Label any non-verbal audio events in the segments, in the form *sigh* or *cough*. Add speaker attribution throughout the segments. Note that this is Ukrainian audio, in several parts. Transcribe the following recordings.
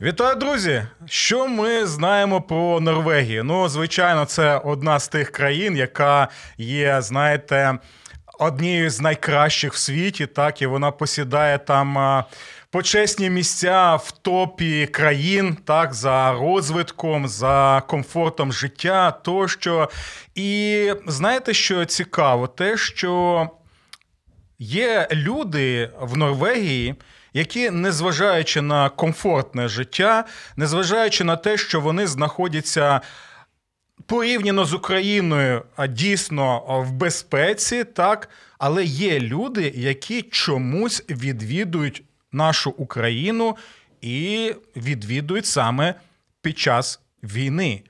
Speaker 1: Вітаю, друзі! Що ми знаємо про Норвегію? Ну, звичайно, це одна з тих країн, яка є, знаєте, однією з найкращих в світі, так і вона посідає там. а, Почесні місця в топі країн, так за розвитком, за комфортом життя тощо. І знаєте, що цікаво, те, що Є люди в Норвегії, які, незважаючи на комфортне життя, незважаючи на те, що вони знаходяться порівняно з Україною а, дійсно а, в безпеці, так, але є люди, які чомусь відвідують нашу Україну і відвідують саме під час війни.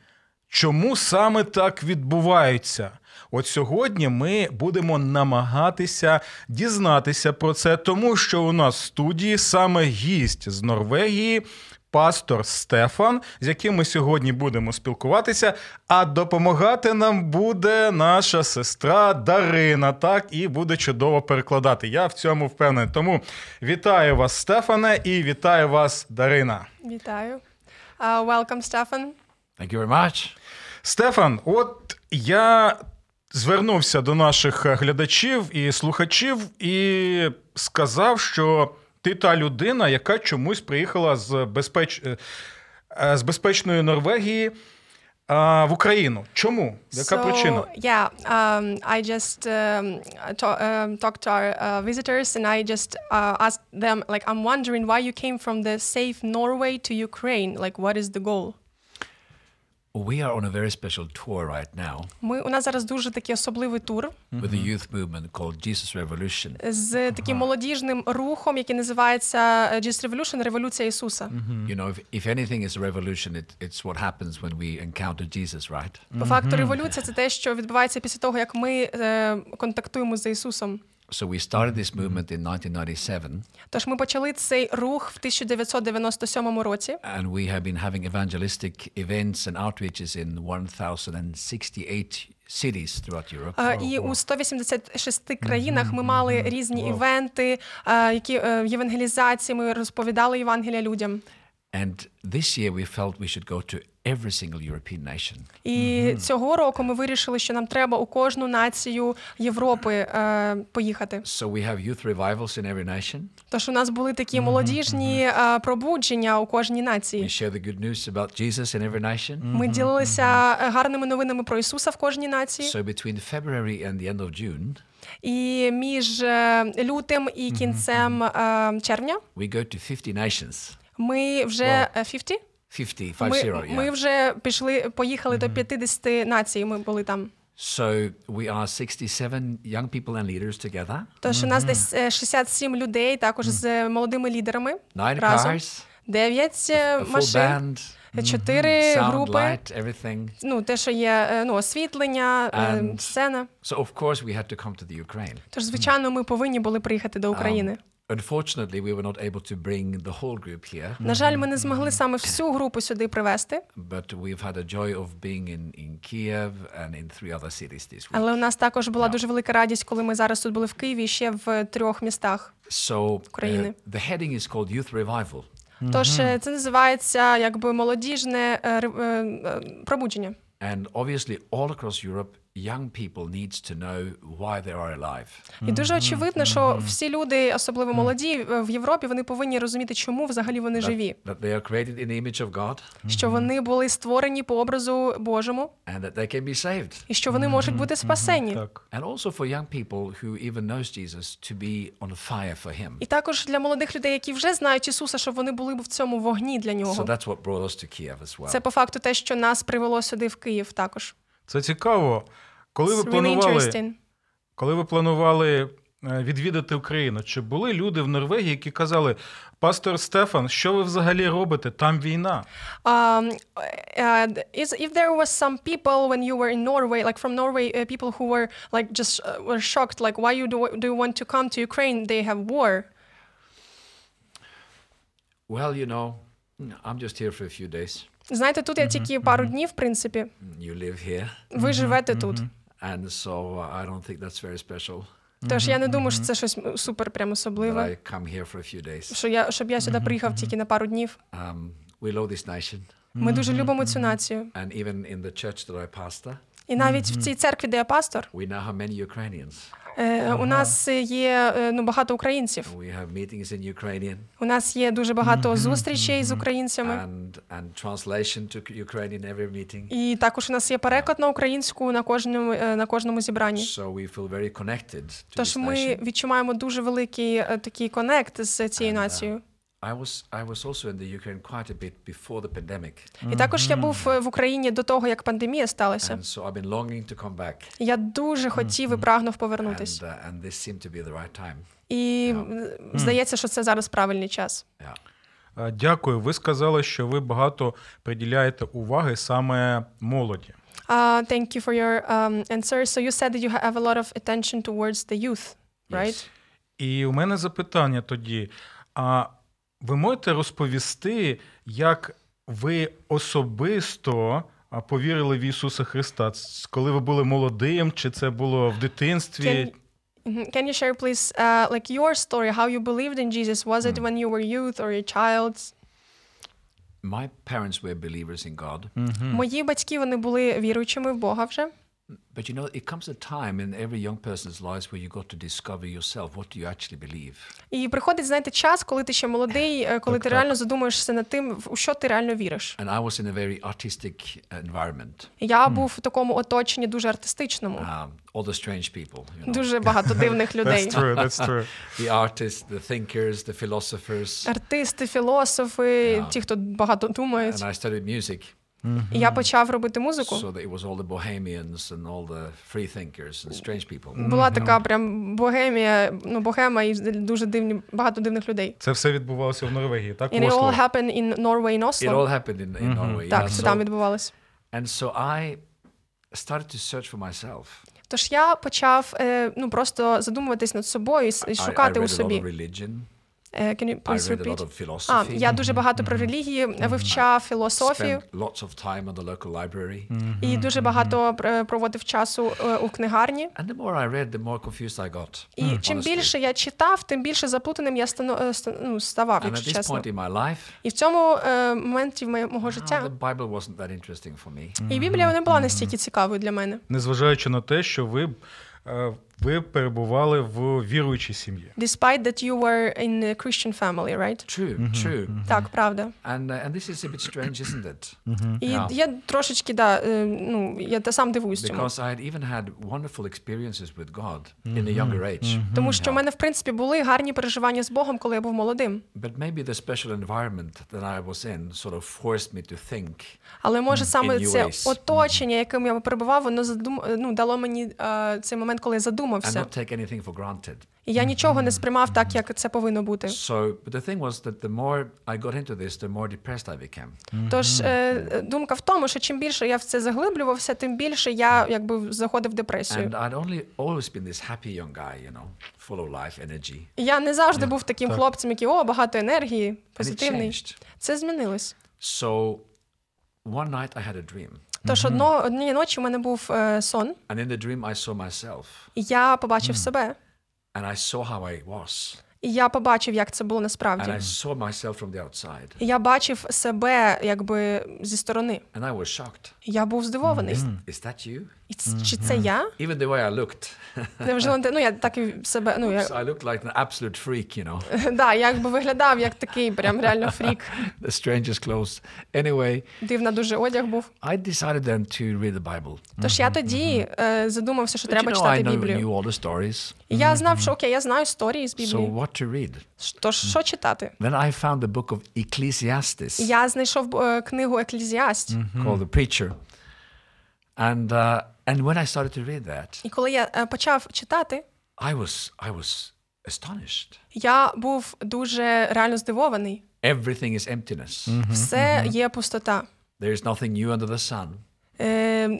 Speaker 1: Чому саме так відбувається? От сьогодні ми будемо намагатися дізнатися про це, тому що у нас в студії саме гість з Норвегії, пастор Стефан, з яким ми сьогодні будемо спілкуватися. А допомагати нам буде наша сестра Дарина. Так і буде чудово перекладати. Я в цьому впевнений. Тому вітаю вас, Стефане, і вітаю вас, Дарина.
Speaker 2: Вітаю. Uh, welcome, Stefan.
Speaker 3: Thank you very much.
Speaker 1: Стефан, от я звернувся до наших е, глядачів і слухачів і сказав, що ти та людина, яка чомусь приїхала з, безпеч... е, е, з безпечної Норвегії е, в Україну. Чому? Яка
Speaker 2: so,
Speaker 1: причина?
Speaker 2: Yeah, um, I just um, to- um, talked to our uh, visitors and I just uh, asked them, like, I'm wondering why you came from the safe Norway to Ukraine. Like, what is the goal?
Speaker 3: We are on a very special tour right now
Speaker 2: Ми у нас зараз дуже такий особливий тур
Speaker 3: with the youth movement called Jesus Revolution.
Speaker 2: з таким молодіжним рухом, який називається е, Jesus Revolution, Революція Ісуса.
Speaker 3: You know, if, if anything is a revolution, it, it's what happens when we encounter Jesus, right?
Speaker 2: По факту революція це те, що відбувається після того, як ми е, контактуємо з Ісусом.
Speaker 3: So we started this movement in 1997,
Speaker 2: Тож ми почали цей рух в 1997 році.
Speaker 3: and we have been having evangelistic events and outreaches in 1,068 cities throughout Europe.
Speaker 2: Е, І у 186 країнах ми мали різні івенти, е, які е, євангелізації. Ми розповідали Євангелія людям.
Speaker 3: And this year we felt we should go to every single European nation.
Speaker 2: І цього року ми вирішили, що нам треба у кожну націю Європи е, поїхати.
Speaker 3: So we have youth revivals in every nation.
Speaker 2: Тож у нас були такі молодіжні е, пробудження у кожній
Speaker 3: We
Speaker 2: нації.
Speaker 3: share the good news about Jesus in every nation.
Speaker 2: Ми ділилися е, гарними новинами про Ісуса в кожній нації.
Speaker 3: So between February and the end of June,
Speaker 2: І між е, лютим і кінцем е, червня
Speaker 3: we go to 50 nations.
Speaker 2: ми вже е, 50?
Speaker 3: 50, 5
Speaker 2: Ми,
Speaker 3: 0, yeah.
Speaker 2: ми вже пішли, поїхали до 50 націй. Ми були там.
Speaker 3: So we are 67 young people and leaders together.
Speaker 2: Тож у нас десь е, 67 людей, також з е, молодими лідерами.
Speaker 3: Nine
Speaker 2: разом.
Speaker 3: cars,
Speaker 2: 9
Speaker 3: a full
Speaker 2: машин,
Speaker 3: band,
Speaker 2: 4
Speaker 3: sound,
Speaker 2: групи.
Speaker 3: light, everything.
Speaker 2: Ну, те, що є е, ну, освітлення, е,
Speaker 3: And-
Speaker 2: сцена.
Speaker 3: So of course we had to come to the Ukraine.
Speaker 2: Тож, звичайно, ми повинні були приїхати
Speaker 3: Um,
Speaker 2: до України.
Speaker 3: Unfortunately, we were not able to bring the whole group here,
Speaker 2: На жаль, ми не змогли саме всю групу сюди привезти,
Speaker 3: but we've had a joy of being in, in Kiev and in three other cities this week.
Speaker 2: але у нас також була дуже велика радість, коли ми зараз тут були в Києві і ще в трьох містах.
Speaker 3: So uh,
Speaker 2: Ukraine.
Speaker 3: the heading is called Youth Revival.
Speaker 2: Тож е, це називається якби молодіжне е, ре- е, е, пробудження.
Speaker 3: And obviously, all across Europe, young people needs to know why they are alive.
Speaker 2: І дуже очевидно, що всі люди, особливо молоді е, в Європі, вони повинні розуміти, чому взагалі вони живі,
Speaker 3: That they are created in the image of God
Speaker 2: що вони були створені по образу Божому,
Speaker 3: and that they can be saved.
Speaker 2: і що вони можуть бути спасені.
Speaker 3: And also for young people who even knows Jesus to be on fire for him.
Speaker 2: І також для молодих людей, які вже знають Ісуса, щоб вони були б в цьому вогні для
Speaker 3: So
Speaker 2: нього.
Speaker 3: that's what brought us to Kiev as well.
Speaker 2: Це по факту те, що нас привело сюди в Київ. Також
Speaker 1: Це цікаво. Коли ви
Speaker 2: It's really
Speaker 1: планували,
Speaker 2: interesting.
Speaker 1: коли ви планували е, відвідати Україну. Чи були люди в Норвегії, які казали: Пастор Стефан, що ви взагалі робите? Там війна.
Speaker 2: Um, uh, is if there was some people when you were in Norway, like from Norway, uh, people who were like just uh, were shocked, like why you do, do you want to come to Ukraine? They have war.
Speaker 3: Well, you know, I'm just here for a few days.
Speaker 2: Знаєте, тут я тільки пару днів, в принципі.
Speaker 3: You live here,
Speaker 2: Ви живете тут.
Speaker 3: and so uh, I don't think that's very special.
Speaker 2: Тож я не думаю, що це щось м, супер прям
Speaker 3: That
Speaker 2: особливе.
Speaker 3: I come here for a few days.
Speaker 2: Що я щоб я сюди приїхав тільки на пару днів.
Speaker 3: Um, we love this nation,
Speaker 2: Ми дуже любимо цю націю.
Speaker 3: and even in the church that I pastor,
Speaker 2: І навіть в цій церкві, де я пастор,
Speaker 3: we now have many Ukrainians.
Speaker 2: е, у нас е, є е, ну багато українців.
Speaker 3: We have meetings in Ukrainian
Speaker 2: У нас є дуже багато зустрічей з українцями.
Speaker 3: and and translation to Ukrainian every meeting.
Speaker 2: І також у нас є переклад на українську на кожному е, на кожному зібранні.
Speaker 3: So we feel very connected to
Speaker 2: Тож
Speaker 3: this
Speaker 2: ми
Speaker 3: nation.
Speaker 2: відчуваємо дуже великий е, такий конект з цією нацією.
Speaker 3: I was I was also in the Ukraine quite a bit before the pandemic,
Speaker 2: І також я був е, в Україні до того, як пандемія сталася.
Speaker 3: and so I've been longing to come back.
Speaker 2: Я дуже хотів і прагнув
Speaker 3: And,
Speaker 2: повернутись.
Speaker 3: uh, and this seemed to be the right time.
Speaker 2: І е, здається, що це зараз правильний час.
Speaker 3: Yeah.
Speaker 1: Е, Дякую. Ви сказали, що ви багато приділяєте уваги саме молоді.
Speaker 2: Uh, thank you for your um, answer. So you said that you have a lot of attention towards the youth, right?
Speaker 1: І у мене запитання тоді: а ви можете розповісти, як ви особисто а, повірили в Ісуса Христа? Ц- Коли ви були молодим, чи це було в дитинстві?
Speaker 2: Can, Mhm. Can you share, please, uh, like your story, how you believed in Jesus? Was it when you were youth or a child?
Speaker 3: My parents were believers in God,
Speaker 2: Мої батьки вони були віруючими в Бога вже.
Speaker 3: but you know, it comes a time in every young person's lives where you got to discover yourself. What do you actually believe?
Speaker 2: І приходить, знаєте, час, коли ти ще молодий, е, коли ти реально задумуєшся над тим, в- у що ти реально віриш.
Speaker 3: And I was in a very artistic uh, environment,
Speaker 2: Я був в такому оточенні дуже артистичному,
Speaker 3: um, all the strange people, you know,
Speaker 2: дуже багато
Speaker 3: *laughs*
Speaker 2: дивних людей.
Speaker 1: That's true, that's true.
Speaker 3: the artists, the thinkers, the philosophers.
Speaker 2: Артисти, філософи, ті, хто багато думають.
Speaker 3: And I studied music,
Speaker 2: І я почав робити музику.
Speaker 3: so that it was all the bohemians and all the free thinkers and strange people.
Speaker 2: Була така прям богемія, ну богема і дуже дивні, багато дивних людей.
Speaker 1: Це все відбувалося в Норвегії, так?
Speaker 2: And
Speaker 1: в
Speaker 2: it
Speaker 1: Осло?
Speaker 2: all happened in Norway and
Speaker 3: It
Speaker 2: Oslo.
Speaker 3: all happened in, in Norway. yeah.
Speaker 2: Так, це там
Speaker 3: So,
Speaker 2: відбувалось.
Speaker 3: and so I started to search for myself.
Speaker 2: Тож я почав е, ну просто задумуватись над собою і, с- і
Speaker 3: I, I
Speaker 2: шукати у
Speaker 3: read a lot of
Speaker 2: собі.
Speaker 3: religion.
Speaker 2: Е, Can you
Speaker 3: I
Speaker 2: please
Speaker 3: read a lot
Speaker 2: repeat?
Speaker 3: of
Speaker 2: А,
Speaker 3: philosophy.
Speaker 2: я дуже багато про релігії е, вивчав філософію
Speaker 3: Spent lots of time at the local library.
Speaker 2: і дуже багато е, проводив часу е, у книгарні.
Speaker 3: And the more I read, the more confused I got.
Speaker 2: І чим
Speaker 3: honestly.
Speaker 2: більше я читав, тим більше заплутаним я стано, е, ста- ну, ставав,
Speaker 3: And at
Speaker 2: якщо
Speaker 3: this
Speaker 2: чесно.
Speaker 3: point in my life,
Speaker 2: І в цьому е, моменті моє- мого
Speaker 3: the
Speaker 2: життя
Speaker 3: Bible wasn't that interesting for me.
Speaker 2: і Біблія не була настільки цікавою для мене.
Speaker 1: Незважаючи на те, що ви, е, ви перебували в віруючій сім'ї.
Speaker 2: Despite that you were in a Christian family, right?
Speaker 3: True, true.
Speaker 2: Так, правда.
Speaker 3: And uh, and this is a bit strange, isn't it?
Speaker 2: І
Speaker 3: Yeah.
Speaker 2: я трошечки, да, е, ну, я та сам дивуюсь цьому.
Speaker 3: Because I had even had wonderful experiences with God in a younger age.
Speaker 2: Тому що в мене, в принципі, були гарні переживання з Богом, коли я був молодим.
Speaker 3: But maybe the special environment that I was in sort of forced me to think.
Speaker 2: Але може саме
Speaker 3: In new
Speaker 2: це
Speaker 3: ways.
Speaker 2: оточення, яким я перебував, воно задум... е, ну, дало мені е, цей момент, коли я
Speaker 3: and
Speaker 2: задумався.
Speaker 3: not take anything for granted.
Speaker 2: І я нічого не сприймав так, як це повинно бути.
Speaker 3: So, but the thing was that the more I got into this, the more depressed I became.
Speaker 2: Тож е, думка в тому, що чим більше я в це заглиблювався, тим більше я якби заходив в депресію.
Speaker 3: And I'd only always been this happy young guy, you know, full of life, energy.
Speaker 2: І Я не завжди був таким хлопцем, який о, багато енергії,
Speaker 3: And it
Speaker 2: позитивний.
Speaker 3: changed.
Speaker 2: Це змінилось.
Speaker 3: So, one night I had a dream,
Speaker 2: Тож одного однієї ночі в мене був е, сон,
Speaker 3: and in the dream I saw myself,
Speaker 2: і я побачив себе.
Speaker 3: and I saw how I was,
Speaker 2: І я побачив, як це було насправді.
Speaker 3: and I saw myself from the outside,
Speaker 2: І Я бачив себе якби зі сторони.
Speaker 3: and I was shocked.
Speaker 2: Я був здивований.
Speaker 3: Is that you?
Speaker 2: І ц- Чи це я?
Speaker 3: Even the way I looked,
Speaker 2: Невже ну я так і себе. Ну я
Speaker 3: so I looked like an absolute freak, you know, *laughs*
Speaker 2: да, я якби виглядав як такий, прям реально фрік.
Speaker 3: the strangest clothes. Anyway,
Speaker 2: Дивна дуже одяг був.
Speaker 3: I decided then to read the Bible.
Speaker 2: Тож я тоді е, задумався, що
Speaker 3: But you
Speaker 2: треба
Speaker 3: know, I
Speaker 2: читати
Speaker 3: know,
Speaker 2: Біблію.
Speaker 3: knew all the stories.
Speaker 2: І я знав, що окей, я знаю історії з
Speaker 3: So
Speaker 2: Біблії.
Speaker 3: what to read?
Speaker 2: Тож що читати?
Speaker 3: Then I found the book of Ecclesiastes Mhm.
Speaker 2: Я знайшов е, книгу Еклізіаст.
Speaker 3: called The Preacher, and uh, and when I started to read that,
Speaker 2: І коли я е, почав читати,
Speaker 3: I was I was astonished.
Speaker 2: Я був дуже реально здивований.
Speaker 3: Everything is emptiness.
Speaker 2: Все є пустота.
Speaker 3: There is nothing new under the sun.
Speaker 2: Е, can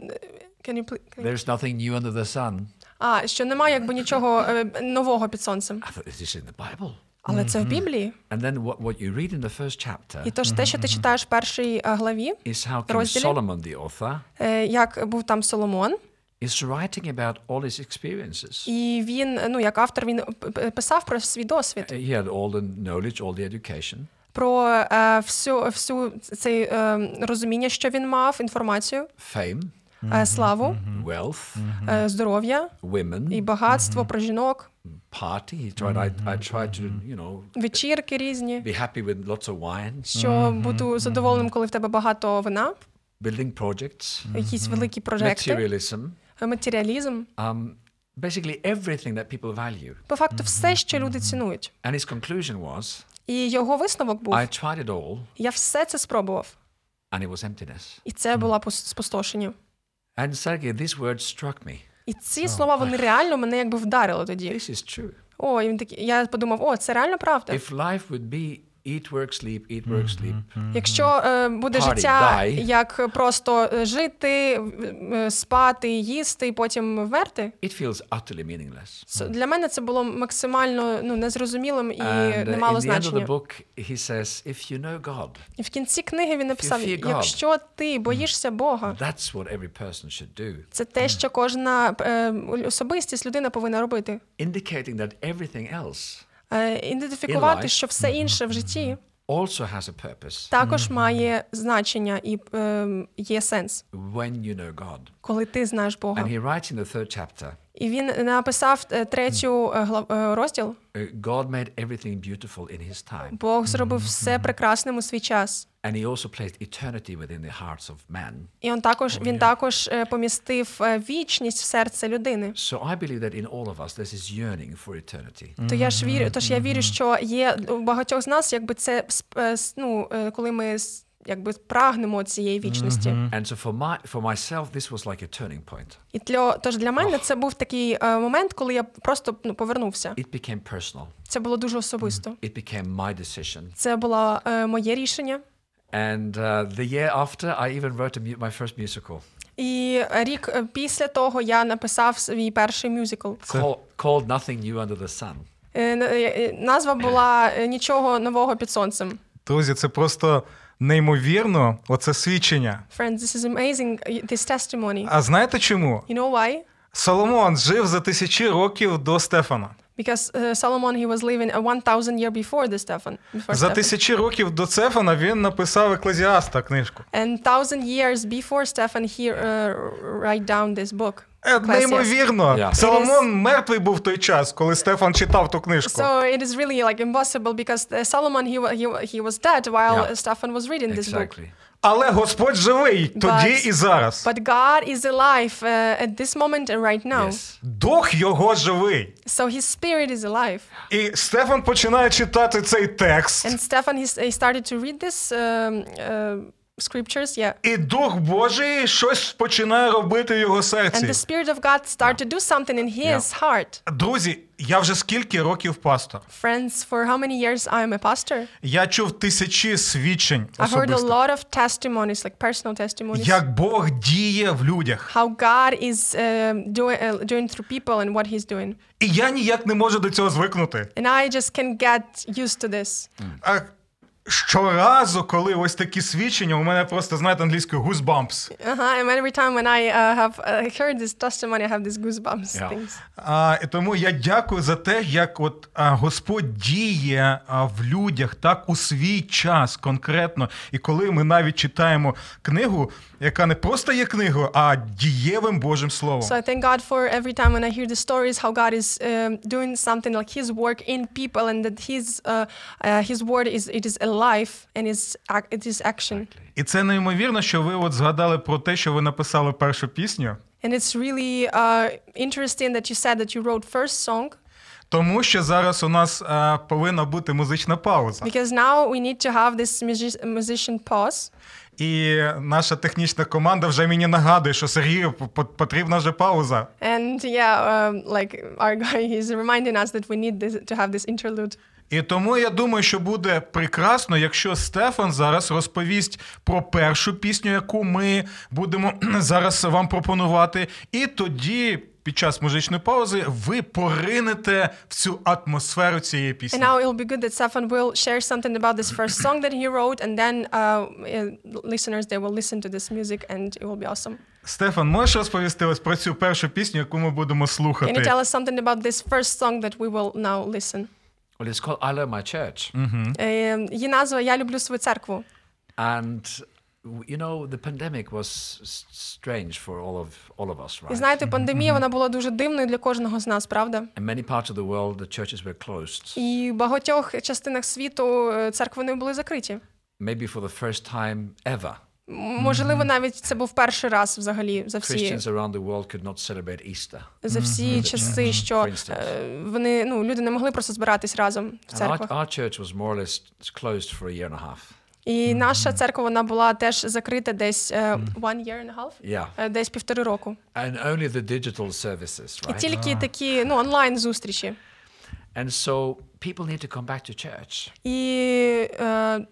Speaker 2: you please- can you-
Speaker 3: There's nothing new under the sun.
Speaker 2: А, що немає якби нічого е, нового під сонцем.
Speaker 3: I thought this is in the Bible.
Speaker 2: Але це в Біблії.
Speaker 3: And then what, what you read in the first chapter
Speaker 2: І тож те, що ти читаєш в першій е, главі,
Speaker 3: is how King
Speaker 2: Розділі.
Speaker 3: Solomon, the author,
Speaker 2: е, як був там Соломон,
Speaker 3: is writing about all his experiences.
Speaker 2: і він, е, ну як автор, він п- п- писав про свій досвід,
Speaker 3: Uh, He had all the knowledge, all the education,
Speaker 2: про е, всю, всю це розуміння, що він мав, інформацію,
Speaker 3: fame,
Speaker 2: е, славу,
Speaker 3: wealth,
Speaker 2: е, здоров'я і
Speaker 3: women,
Speaker 2: багатство про жінок,
Speaker 3: party. He tried. I, I tried to, you know,
Speaker 2: вечірки різні.
Speaker 3: be happy with lots of wines,
Speaker 2: Що бути задоволеним, коли в тебе багато вина,
Speaker 3: building projects,
Speaker 2: якісь великі прожекти,
Speaker 3: materialism.
Speaker 2: е, матеріалізм.
Speaker 3: Um, basically everything that people value.
Speaker 2: По факту, все, що люди цінують.
Speaker 3: And his conclusion was,
Speaker 2: І його висновок був:
Speaker 3: I tried it all,
Speaker 2: я все це спробував,
Speaker 3: and it was emptiness.
Speaker 2: і це була пус- спустошення.
Speaker 3: And Sergey, these words struck me.
Speaker 2: І ці слова вони реально мене якби вдарили тоді.
Speaker 3: This is true.
Speaker 2: О, і він такий, я подумав, о, це реально правда.
Speaker 3: If life would be eat, work, sleep, eat, work, sleep,
Speaker 2: Якщо е, буде
Speaker 3: Party,
Speaker 2: життя
Speaker 3: die.
Speaker 2: як просто е, жити, в- е, спати, їсти і потім вмерти.
Speaker 3: it feels utterly meaningless.
Speaker 2: це- Для мене це було максимально ну незрозумілим і
Speaker 3: And uh,
Speaker 2: не
Speaker 3: in
Speaker 2: мало
Speaker 3: the end of the
Speaker 2: значення.
Speaker 3: book, he says, if you know God,
Speaker 2: І в кінці книги він написав:
Speaker 3: fear God.
Speaker 2: якщо ти боїшся Бога,
Speaker 3: that's what every person should do,
Speaker 2: це те, що кожна е, особистість людина повинна робити.
Speaker 3: indicating that everything else
Speaker 2: Е,
Speaker 3: In
Speaker 2: Ідентифікувати,
Speaker 3: life.
Speaker 2: що все інше в жitті
Speaker 3: also has a purpose
Speaker 2: також має значення і е, є сенс,
Speaker 3: when you know God.
Speaker 2: коли ти знаєш Бога.
Speaker 3: And he writes in the third chapter,
Speaker 2: І він написав е, третю е, глав- е, розділ:
Speaker 3: uh, God made everything beautiful in his time.
Speaker 2: Бог зробив все прекрасним у свій час.
Speaker 3: And he also placed eternity within the hearts of man.
Speaker 2: І він також він також е, помістив е, вічність в серце людини.
Speaker 3: So I believe that in all of us, there's this yearning for eternity.
Speaker 2: То я ж вірю, тож я вірю, що є у багатьох з нас, якби це сп- е, с- ну, е, коли ми с- якби прагнемо цієї вічності.
Speaker 3: And so for my for myself, this was like a turning point.
Speaker 2: І для тож для мене це був такий е, момент, коли я просто ну повернувся.
Speaker 3: It became personal.
Speaker 2: Це було дуже особисто.
Speaker 3: It became my decision.
Speaker 2: Це було е, моє рішення.
Speaker 3: And uh, the year after, I even wrote a mu- my first musical
Speaker 2: І рік е, після того я написав свій перший мюзикл.
Speaker 3: call, called "Nothing New Under the Sun."
Speaker 2: Е, н- е, е, Назва була е, Нічого нового під сонцем.
Speaker 1: Друзі, це просто неймовірно, оце свідчення.
Speaker 2: Friends, this is amazing, y- this testimony.
Speaker 1: А знаєте чому?
Speaker 2: You know why?
Speaker 1: Соломон жив за тисячі років до Стефана.
Speaker 2: Because uh, Solomon, he was living a 1,000 year before the Stefan. Before
Speaker 1: За
Speaker 2: Stefan.
Speaker 1: тисячі років до Стефана він написав Еклезіаста книжку.
Speaker 2: And 1,000 years before Stefan, he uh, write down this book.
Speaker 1: Е,
Speaker 2: Ecclesiastes.
Speaker 1: Неймовірно.
Speaker 3: Yeah.
Speaker 2: It is-
Speaker 1: Соломон мертвий був в той час, коли Стефан читав ту книжку.
Speaker 2: So it is really like impossible because uh, Solomon he, wa- he wa- he was dead while
Speaker 3: Yeah.
Speaker 2: uh, Stefan was reading this book.
Speaker 3: Exactly.
Speaker 1: Але Господь живий тоді
Speaker 2: But-
Speaker 1: і зараз.
Speaker 2: But God is alive uh, at this moment and right now.
Speaker 3: Yes.
Speaker 1: Дух його живий.
Speaker 2: So his spirit is alive.
Speaker 1: І Стефан починає читати цей текст,
Speaker 2: And Stefan, he, s- he started to read this um, uh, scriptures, yeah.
Speaker 1: і Дух Божий щось починає робити в його
Speaker 2: And the
Speaker 1: серці.
Speaker 2: spirit of God started to do something in his heart.
Speaker 1: Друзі, я вже скільки років пастор.
Speaker 2: Friends, for how many years I'm a pastor,
Speaker 1: Я чув тисячі свідчень
Speaker 2: I've heard a
Speaker 1: особисто,
Speaker 2: lot of testimonies, like personal testimonies,
Speaker 1: як Бог діє в людях.
Speaker 2: how God is um, doing uh, doing through people and what He's doing.
Speaker 1: І я ніяк не можу до цього звикнути.
Speaker 2: And I just can get used to this.
Speaker 1: А щоразу, коли ось такі свідчення, у мене просто, знаєте, англійською goosebumps.
Speaker 2: Uh-huh. And every time when I uh, have uh, heard this testimony, I have these goosebumps
Speaker 3: Yeah.
Speaker 2: things.
Speaker 1: А, і тому я дякую за те, як от а, Господь діє а, в людях так у свій час конкретно. І коли ми навіть читаємо книгу, яка не просто є книгою, а дієвим Божим Словом.
Speaker 2: So I thank God for every time when I hear the stories how God is um, doing something like His work in people and that His uh, uh, His word is it is alive and is ac- it is action.
Speaker 1: І це неймовірно, що ви от згадали про те, що ви написали першу пісню.
Speaker 2: And it's really uh, interesting that you said that you wrote first song.
Speaker 1: Тому що зараз у нас е, повинна бути музична пауза.
Speaker 2: because now we need to have this music- musician pause.
Speaker 1: І наша технічна команда вже мені нагадує, що Сергію п- п- потрібна вже пауза.
Speaker 2: And yeah, um, like our *laughs* guy, he's reminding us that we need this, to have this interlude.
Speaker 1: І тому я думаю, що буде прекрасно, якщо Стефан зараз розповість про першу пісню, яку ми будемо *clears throat* зараз вам пропонувати. І тоді, під час музичної паузи, ви поринете в цю атмосферу цієї
Speaker 2: And
Speaker 1: пісні.
Speaker 2: now it'll be good that Stefan will share something about this first song that he wrote, and then uh, uh, listeners they will listen to this music, and it will be awesome.
Speaker 1: Стефан, можеш розповісти ось про цю першу пісню, яку ми будемо
Speaker 2: Can you
Speaker 1: слухати?
Speaker 2: tell us something about this first song that we will now listen?
Speaker 3: Well, it's called I Love My Church.
Speaker 2: Mm. Е, Її назва Я люблю свою церкву.
Speaker 3: And w- you know, the pandemic was s- strange for all of all of us,
Speaker 2: І
Speaker 3: right?
Speaker 2: знаєте, пандемія вона була дуже дивною для кожного з нас, правда?
Speaker 3: In many parts of the world, the churches were closed.
Speaker 2: І в багатьох частинах світу е, церкви не були закриті.
Speaker 3: Maybe for the first time ever,
Speaker 2: М- Можливо, навіть це був перший раз взагалі за всі
Speaker 3: Christians around the world could not celebrate Easter.
Speaker 2: за всі часи, що е, вони ну люди не могли просто збиратись разом в
Speaker 3: And our,
Speaker 2: церквах.
Speaker 3: our church was more or less closed for a year and a half.
Speaker 2: І наша церква вона була теж закрита десь е, one year and a half,
Speaker 3: Yeah.
Speaker 2: е, десь півтори року.
Speaker 3: And only the digital services,
Speaker 2: І
Speaker 3: right?
Speaker 2: тільки такі ну онлайн зустрічі.
Speaker 3: And so people need to come back to church.
Speaker 2: І е,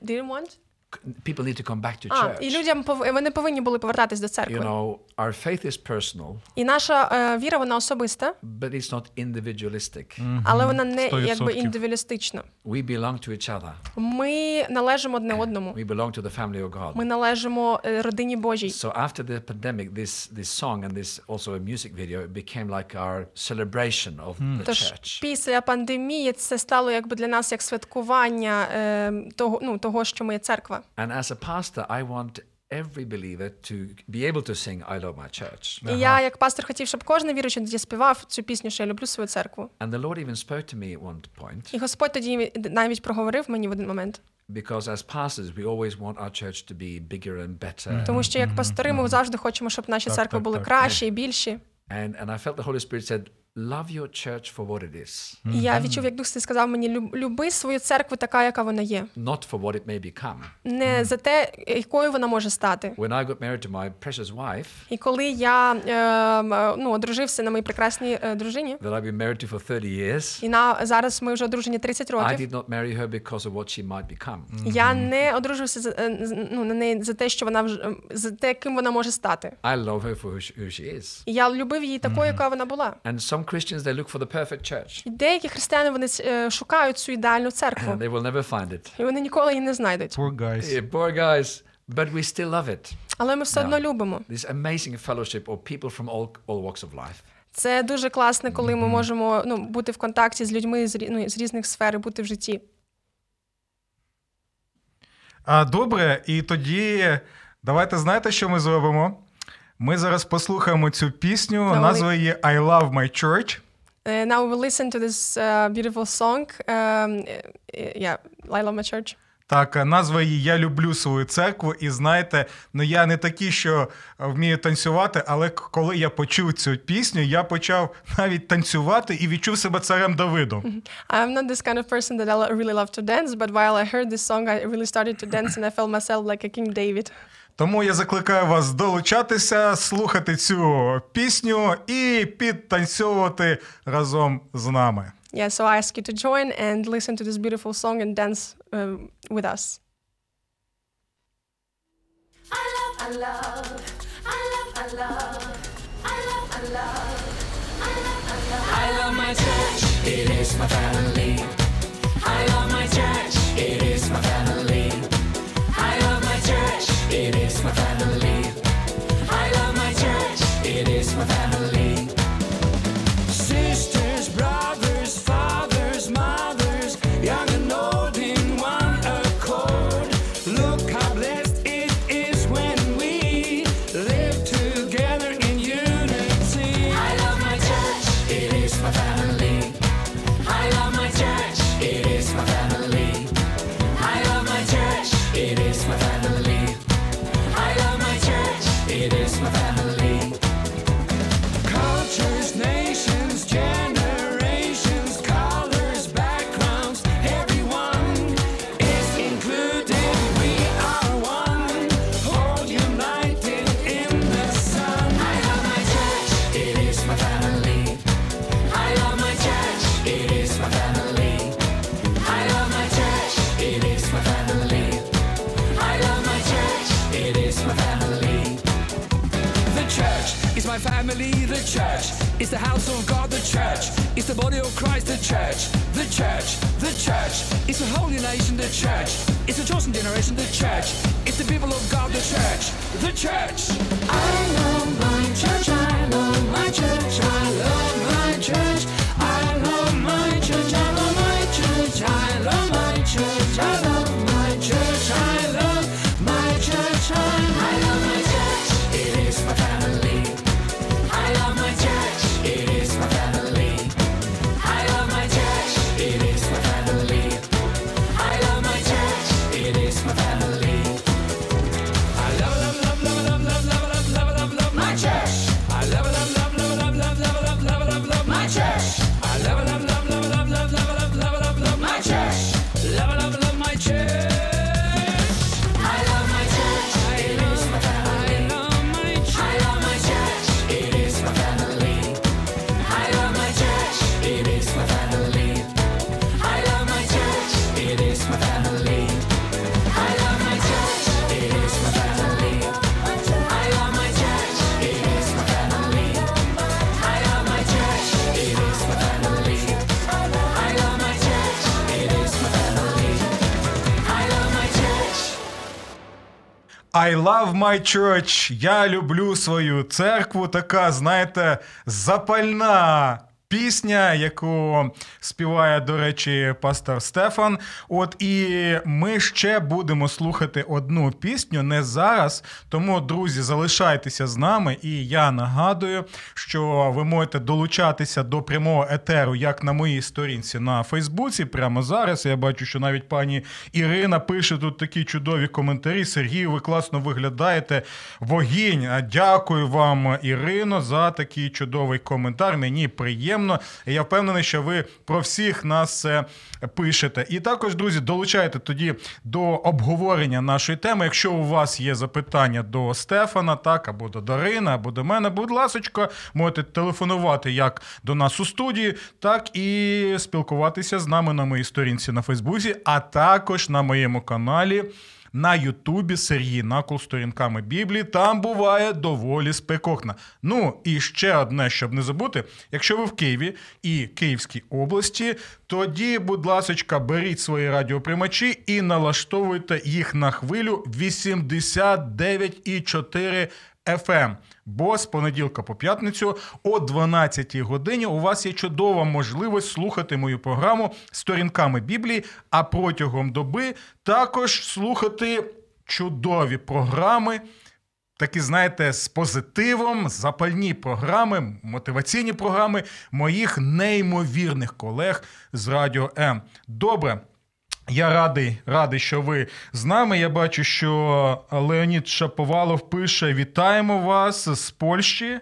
Speaker 2: didn't want?
Speaker 3: C- People need to come back to
Speaker 2: А,
Speaker 3: church.
Speaker 2: і людям пов... вони повинні були повертатись до
Speaker 3: You
Speaker 2: церкви.
Speaker 3: know, our faith is personal,
Speaker 2: І наша е, віра вона особиста,
Speaker 3: but it's not individualistic.
Speaker 2: але вона не
Speaker 1: 100%.
Speaker 2: якби індивідуалістична.
Speaker 3: We belong to each other.
Speaker 2: Ми належимо одне одному.
Speaker 3: We belong to the family of God.
Speaker 2: Ми належимо е, родині Божій.
Speaker 3: So after the pandemic, this this song and this also a music video it became like our celebration of the
Speaker 2: Тож
Speaker 3: church.
Speaker 2: після пандемії це стало якби для нас як святкування е, того, ну, того, що ми є церква.
Speaker 3: And as a pastor, I want every believer to be able to sing "I Love My Church."
Speaker 2: І я, як пастор, хотів, щоб кожен віруючий тоді співав цю пісню, що я люблю свою церкву.
Speaker 3: And the Lord even spoke to me at one point
Speaker 2: І Господь тоді навіть проговорив мені в один момент,
Speaker 3: because as pastors, we always want our church to be bigger and better.
Speaker 2: тому що як пастори ми завжди хочемо, щоб наші церкви
Speaker 1: так,
Speaker 2: були
Speaker 1: так.
Speaker 2: кращі і більші.
Speaker 3: And and I felt the Holy Spirit said, "Love your church for what it is,
Speaker 2: І я відчув, як Дух Святий сказав мені: «Люб- люби свою церкву, така, яка вона є,
Speaker 3: not for what it may become."
Speaker 2: не за те, якою вона може стати.
Speaker 3: When I got married to my precious wife
Speaker 2: І коли я е, м, ну, одружився на моїй прекрасній е, дружині,
Speaker 3: that I've been married to for 30 years,
Speaker 2: і на зараз ми вже одружені 30
Speaker 3: I
Speaker 2: років.
Speaker 3: did not marry her because of what she might become.
Speaker 2: Я не одружився за- е, з- ну, на неї за те, що вона вже е, за те, ким вона може стати.
Speaker 3: I love her for who she, who she is.
Speaker 2: І я любив її такою, яка вона була.
Speaker 3: And some Christians they look for the perfect church
Speaker 2: І деякі християни вони е, шукають цю ідеальну
Speaker 3: and
Speaker 2: церкву,
Speaker 3: they will never find it.
Speaker 2: і вони ніколи її не знайдуть.
Speaker 1: Poor guys.
Speaker 3: Yeah, poor guys, but we still love it.
Speaker 2: Але ми все одно любимо.
Speaker 3: This amazing fellowship of people from all all walks of life.
Speaker 2: Це дуже класно, коли ми можемо ну, бути в контакті з людьми з, рі- ну, з різних сфер, і бути в житті.
Speaker 1: А, добре, і тоді давайте знаєте, що ми зробимо. Ми зараз послухаємо цю пісню.
Speaker 2: Давай.
Speaker 1: Назва її I Love My Church.
Speaker 2: Е, now we listen to this uh, beautiful song. Um, yeah, Laila My Church.
Speaker 1: Так, а, назва її Я люблю свою церкву. І знаєте, ну я не такий, що а, вмію танцювати, але к- коли я почув цю пісню, я почав навіть танцювати і відчув себе царем Давидом.
Speaker 2: I'm not this kind of person that I lo- really love to dance, but while I heard this song, I really started to dance and I felt myself like a King David.
Speaker 1: Тому я закликаю вас долучатися, слухати цю пісню і підтанцьовувати разом з нами.
Speaker 2: Yeah, so I ask you to join and listen to this beautiful song and dance um, with us.
Speaker 4: I love, I love, I love, I love, I love, I love, I love, I love.
Speaker 5: I love my church, it is my family. I love my church, it is my family. I love my church, it is my family. I love my church, it is my family. Sisters, brothers, fathers, mothers, young and old in one accord. Look how blessed it is when we live together in unity. I love my church, it is my family. I love my church, it is my family. I love my church, it is my family. I love my church, it is my family. Cultures, nations, generations, call my family, the church. It's the house of God, the church. It's the body of Christ, the church. The church, the church. It's a holy nation, the church. It's a chosen generation, the church. It's the people of God, the church. The church. I love my church. I love my church. I love my church. I love my church. I love my church. I love my church. I love my church. I love my church. I love my church. It is my family. I love my church. It is my family. I love my church. It is my family. I love my church. It is my family. I love, love, love, love, love, love, love, love, love, love, love my church. I love, love, love, love, love, love, love, love, love, love, love my church. I love, love, love, love, love, love, love, love, love, love, love my church. Love, love, love my church. I love my church. It is my family. I love my church. I love my church. It is my family. I love my church. It is my family. I love my church. It is my family. I love my church. It is my family. I love my church. It is my family. I love my church. It is my family. I love my church. It is my family. I love my church.
Speaker 1: I love my church, я люблю свою церкву. Така, знаєте, запальна пісня, яку співає, до речі, пастор Стефан. От і ми ще будемо слухати одну пісню не зараз. Тому, друзі, залишайтеся з нами. І я нагадую, що ви можете долучатися до прямого етеру, як на моїй сторінці на Фейсбуці. Прямо зараз я бачу, що навіть пані Ірина пише тут такі чудові коментарі. Сергію, ви класно виглядаєте. Вогінь. А Дякую вам, Ірино, за такий чудовий коментар. Мені приємно. І Я впевнений, що ви про всіх нас це пишете. І також, друзі, долучайте тоді до обговорення нашої теми. Якщо у вас є запитання до Стефана, так або до Дарини, або до мене, будь ласочка, можете телефонувати як до нас у студії, так і спілкуватися з нами на моїй сторінці на Фейсбуці, а також на моєму каналі. На Ютубі Сергій Накол сторінками Біблії там буває доволі спекотно. Ну і ще одне, щоб не забути: якщо ви в Києві і Київській області, тоді, будь ласочка, беріть свої радіоприймачі і налаштовуйте їх на хвилю 89,4 FM. ем. Бо з понеділка по п'ятницю о 12 годині у вас є чудова можливість слухати мою програму сторінками Біблії, а протягом доби також слухати чудові програми. Такі, знаєте, з позитивом, запальні програми, мотиваційні програми моїх неймовірних колег з Радіо М. Добре, я радий, радий, що ви з нами. Я бачу, що Леонід Шаповалов пише: Вітаємо вас з Польщі.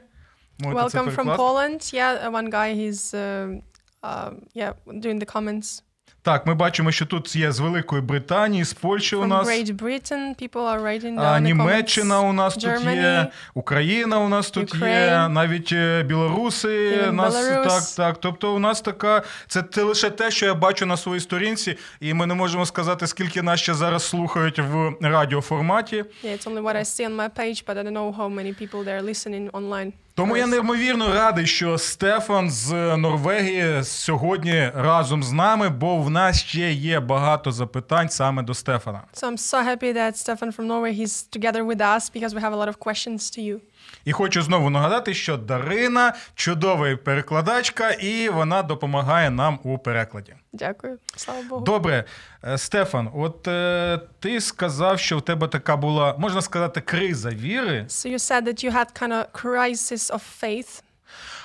Speaker 1: Можете це
Speaker 2: Welcome from
Speaker 1: перекласти.
Speaker 2: Poland. Yeah, uh, one guy he's uh, uh, yeah doing the comments
Speaker 1: Так, ми бачимо, що тут є з Великої Британії, з Польщі у
Speaker 2: from
Speaker 1: нас.
Speaker 2: Great Britain. People are writing
Speaker 1: А,
Speaker 2: down the
Speaker 1: Німеччина у
Speaker 2: comments.
Speaker 1: нас тут є,
Speaker 2: Germany.
Speaker 1: Україна у нас тут є,
Speaker 2: Ukraine.
Speaker 1: навіть е, білоруси
Speaker 2: Even
Speaker 1: нас
Speaker 2: Belarus.
Speaker 1: так, так. Тобто, у нас така це те лише те, що я бачу на своїй сторінці, і ми не можемо сказати, скільки нас ще зараз слухають в радіоформаті.
Speaker 2: Yeah, it's only what I see on my page, but I don't know how many people they're listening online.
Speaker 1: Тому я
Speaker 2: Yes.
Speaker 1: неймовірно радий, що Стефан з Норвегії сьогодні разом з нами, бо в нас ще є багато запитань саме до Стефана.
Speaker 2: So I'm so happy that Stefan from Norway he's together with us because we have a lot of questions to you.
Speaker 1: І хочу знову нагадати, що Дарина чудова перекладачка, і вона допомагає нам у перекладі.
Speaker 2: Дякую. Слава Богу.
Speaker 1: Добре, Е, Стефан, от е, ти сказав, що в тебе така була, можна сказати, криза віри,
Speaker 2: So you said that you had kind of crisis of faith,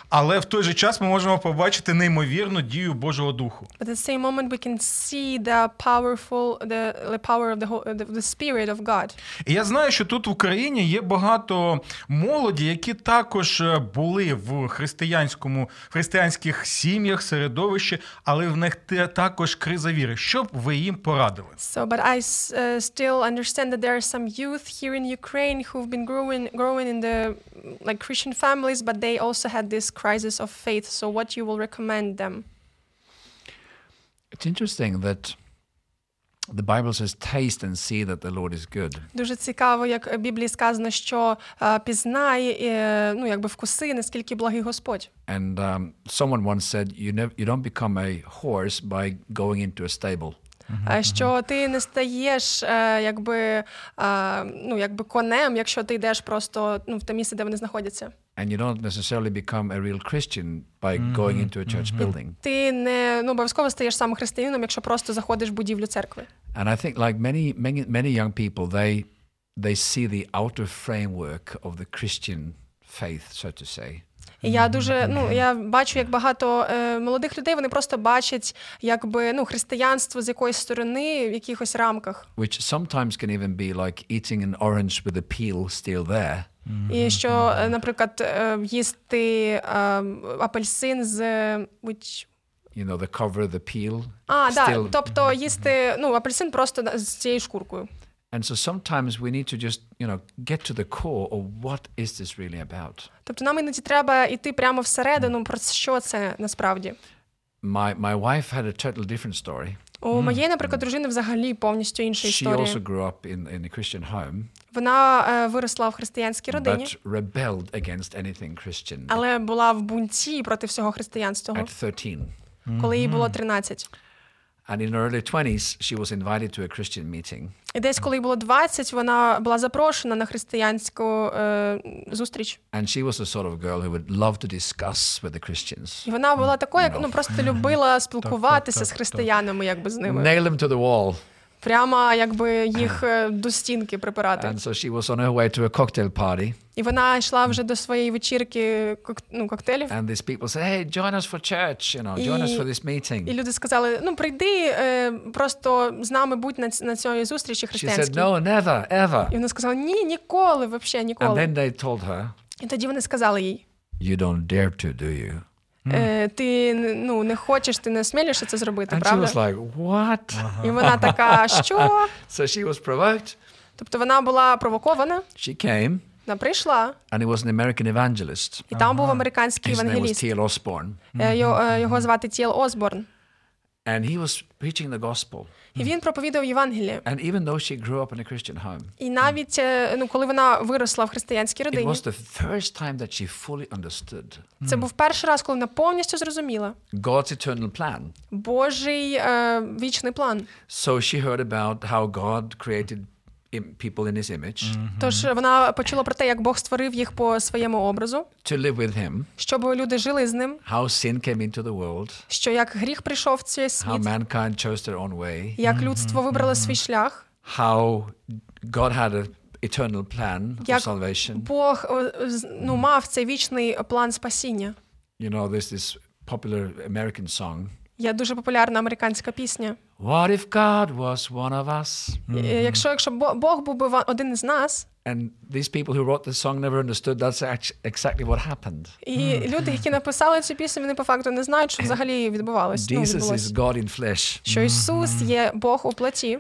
Speaker 1: але в той же час ми можемо побачити неймовірну дію Божого Духу.
Speaker 2: but at the same moment we can see the powerful the, the power of the, whole, the the spirit of God.
Speaker 1: І я знаю, що тут в Україні є багато молоді, які також е, були в християнському в християнських сім'ях, середовищі, але в них те- також криза віри. Що б ви їм порадили?
Speaker 2: So, but I s- uh, still understand that there are some youth here in Ukraine who've been growing growing in the mm, like Christian families, but they also had this crisis of faith. So, what you will recommend them?
Speaker 3: It's interesting that the Bible says, taste and see that the Lord is good.
Speaker 2: Дуже цікаво, як в Біблії сказано, що е, пізнай, е, ну якби вкуси, наскільки благий Господь.
Speaker 3: And um, someone once said, you, never, you don't become a horse by going into a stable.
Speaker 2: Е, Що ти не стаєш е, якби, е, ну, якби конем, якщо ти йдеш просто ну, в те місце, де вони знаходяться.
Speaker 3: And you don't necessarily become a real Christian by going into a church building.
Speaker 2: Ти не ну, обов'язково стаєш саме християнином, якщо просто заходиш в будівлю церкви.
Speaker 3: And I think, like many, many, many young people, they, they see the outer framework of the Christian faith, so to say.
Speaker 2: І я дуже ну я бачу, як багато е, молодих людей вони просто бачать якби ну християнство з якоїсь сторони в якихось рамках,
Speaker 3: which sometimes can even be like eating an orange with the peel still there.
Speaker 2: і що, е, наприклад, е, їсти е, апельсин з е, which...
Speaker 3: You know, the cover, the peel.
Speaker 2: а, да,
Speaker 3: still.
Speaker 2: тобто їсти ну апельсин просто на- з цією шкуркою.
Speaker 3: And so sometimes we need to just, you know, get to the core of what is this really about.
Speaker 2: Тобто нам іноді треба йти прямо всередину про що це насправді.
Speaker 3: My my wife had a total different story.
Speaker 2: У моєї, наприклад, дружини взагалі повністю інша
Speaker 3: She also
Speaker 2: історія.
Speaker 3: grew up in, in a Christian home,
Speaker 2: Вона е, виросла в християнській родині,
Speaker 3: but rebelled against anything Christian
Speaker 2: але була в бунті проти всього християнства.
Speaker 3: at 13.
Speaker 2: коли їй було 13.
Speaker 3: And in her early 20s, she was invited to a Christian meeting.
Speaker 2: І десь, коли їй було 20, вона була запрошена на християнську е, зустріч.
Speaker 3: And she was the sort of girl who would love to discuss with the Christians,
Speaker 2: І вона була такою, як ну просто любила спілкуватися з християнами, якби з ними.
Speaker 3: nail them to the wall.
Speaker 2: Прямо якби їх е, до стінки припирати.
Speaker 3: And so she was on her way to a cocktail party,
Speaker 2: І вона йшла вже до своєї вечірки кок- ну, коктейлів.
Speaker 3: and these people said, "Hey, join us for church, you know, join us for this
Speaker 2: І
Speaker 3: meeting."
Speaker 2: люди сказали: ну прийди, е, просто з нами будь на, ць- на цій зустрічі
Speaker 3: She said,
Speaker 2: християнській.
Speaker 3: "No, never, ever."
Speaker 2: І вона сказала: ні, ніколи, взагалі
Speaker 3: And
Speaker 2: ніколи.
Speaker 3: then they told her,
Speaker 2: І тоді вони сказали їй:
Speaker 3: "You don't dare to, do you?"
Speaker 2: е, ти ну не хочеш, ти не смілішся це зробити,
Speaker 3: And she
Speaker 2: правда?
Speaker 3: was like, "What?"
Speaker 2: І вона така, що?
Speaker 3: So she was provoked.
Speaker 2: Тобто вона була провокована,
Speaker 3: She came,
Speaker 2: вона прийшла,
Speaker 3: and it was an American evangelist.
Speaker 2: і там був американський
Speaker 3: His name was
Speaker 2: евангеліст.
Speaker 3: T.L. Osborne,
Speaker 2: Е, йо- е, Його звати Тіл Осборн.
Speaker 3: and he was preaching the gospel.
Speaker 2: І він проповідав Євангеліє.
Speaker 3: And even though she grew up in a Christian home,
Speaker 2: І навіть е, ну, коли вона виросла в християнській
Speaker 3: it
Speaker 2: родині,
Speaker 3: was the first time that she fully understood
Speaker 2: це був перший раз, коли вона повністю зрозуміла
Speaker 3: God's eternal plan.
Speaker 2: Божий е, вічний план.
Speaker 3: So she heard about how God created im- people in his image
Speaker 2: Тож вона почула про те, як Бог створив їх по своєму образу,
Speaker 3: to live with him,
Speaker 2: щоб люди жили з ним,
Speaker 3: how sin came into the world,
Speaker 2: що як гріх прийшов в цей
Speaker 3: how
Speaker 2: світ,
Speaker 3: mankind chose their own way,
Speaker 2: як людство вибрало свій шлях.
Speaker 3: how God had an eternal plan for
Speaker 2: Як
Speaker 3: salvation.
Speaker 2: Бог е, з- ну, мав цей вічний план спасіння.
Speaker 3: You know, there's this popular American song.
Speaker 2: Є дуже популярна американська пісня.
Speaker 3: What if God was one of us?
Speaker 2: Е, Якщо, якщо Бо- Бог був би ва- один із нас,
Speaker 3: And these people who wrote the song never understood that's act- exactly what happened.
Speaker 2: і люди, які написали цю пісню, вони по факту не знають, що взагалі відбувалось. Ну,
Speaker 3: Jesus is
Speaker 2: відбулось.
Speaker 3: God in flesh.
Speaker 2: Що Ісус є Бог у плоті.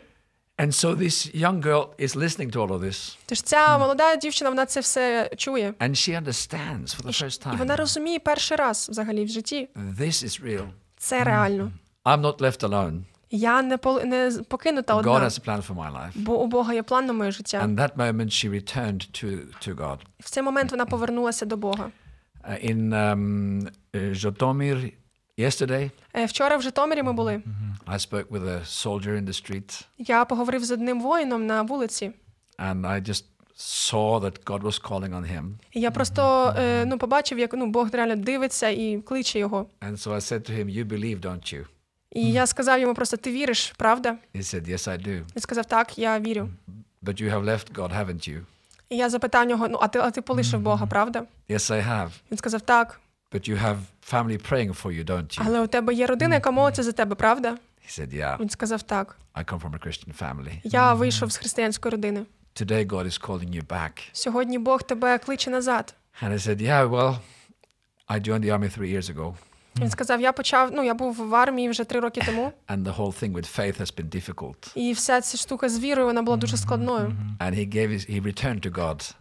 Speaker 3: And so this young girl is listening to all of this
Speaker 2: Тож ця молода дівчина вона це все чує.
Speaker 3: and she understands for the first
Speaker 2: І вона
Speaker 3: time
Speaker 2: розуміє перший раз взагалі в житті.
Speaker 3: this is real.
Speaker 2: Це реально.
Speaker 3: I'm not left alone.
Speaker 2: Я не пол- не з- покинута
Speaker 3: God
Speaker 2: одна,
Speaker 3: has a plan for my life.
Speaker 2: бо у Бога є план на моє життя.
Speaker 3: And that moment she returned to, to God.
Speaker 2: В цей момент вона повернулася до Бога.
Speaker 3: Uh, in um, uh, Jotomir yesterday,
Speaker 2: Е, Вчора в Житомирі ми були.
Speaker 3: I spoke with a soldier in the street
Speaker 2: Я поговорив з одним воїном на вулиці.
Speaker 3: and I just saw that God was calling on him.
Speaker 2: І я просто е, ну, побачив, як ну, Бог реально дивиться і кличе його.
Speaker 3: And so I said to him, You believe, don't you?
Speaker 2: І я сказав йому просто: ти віриш, правда?
Speaker 3: He said, Yes, I do.
Speaker 2: Він сказав, так, я вірю.
Speaker 3: But you have left God, haven't you?
Speaker 2: І я запитав нього: ну, а ти, а ти полишив Бога, правда?
Speaker 3: Yes, I have.
Speaker 2: Він сказав, так.
Speaker 3: But you have family praying for you, don't you?
Speaker 2: Але у тебе є родина, яка молиться за тебе, правда?
Speaker 3: He said, Yeah,
Speaker 2: Він сказав, так.
Speaker 3: I come from a Christian family.
Speaker 2: Я вийшов з християнської родини.
Speaker 3: Today, God is calling you back.
Speaker 2: Сьогодні Бог тебе кличе назад.
Speaker 3: And I said, Yeah, well, I joined the army three years ago,
Speaker 2: Він сказав: Я почав, ну я був в армії вже три роки тому,
Speaker 3: and the whole thing with faith has been difficult.
Speaker 2: і вся ця штука з вірою вона була дуже складною.
Speaker 3: And he gave his, he returned to God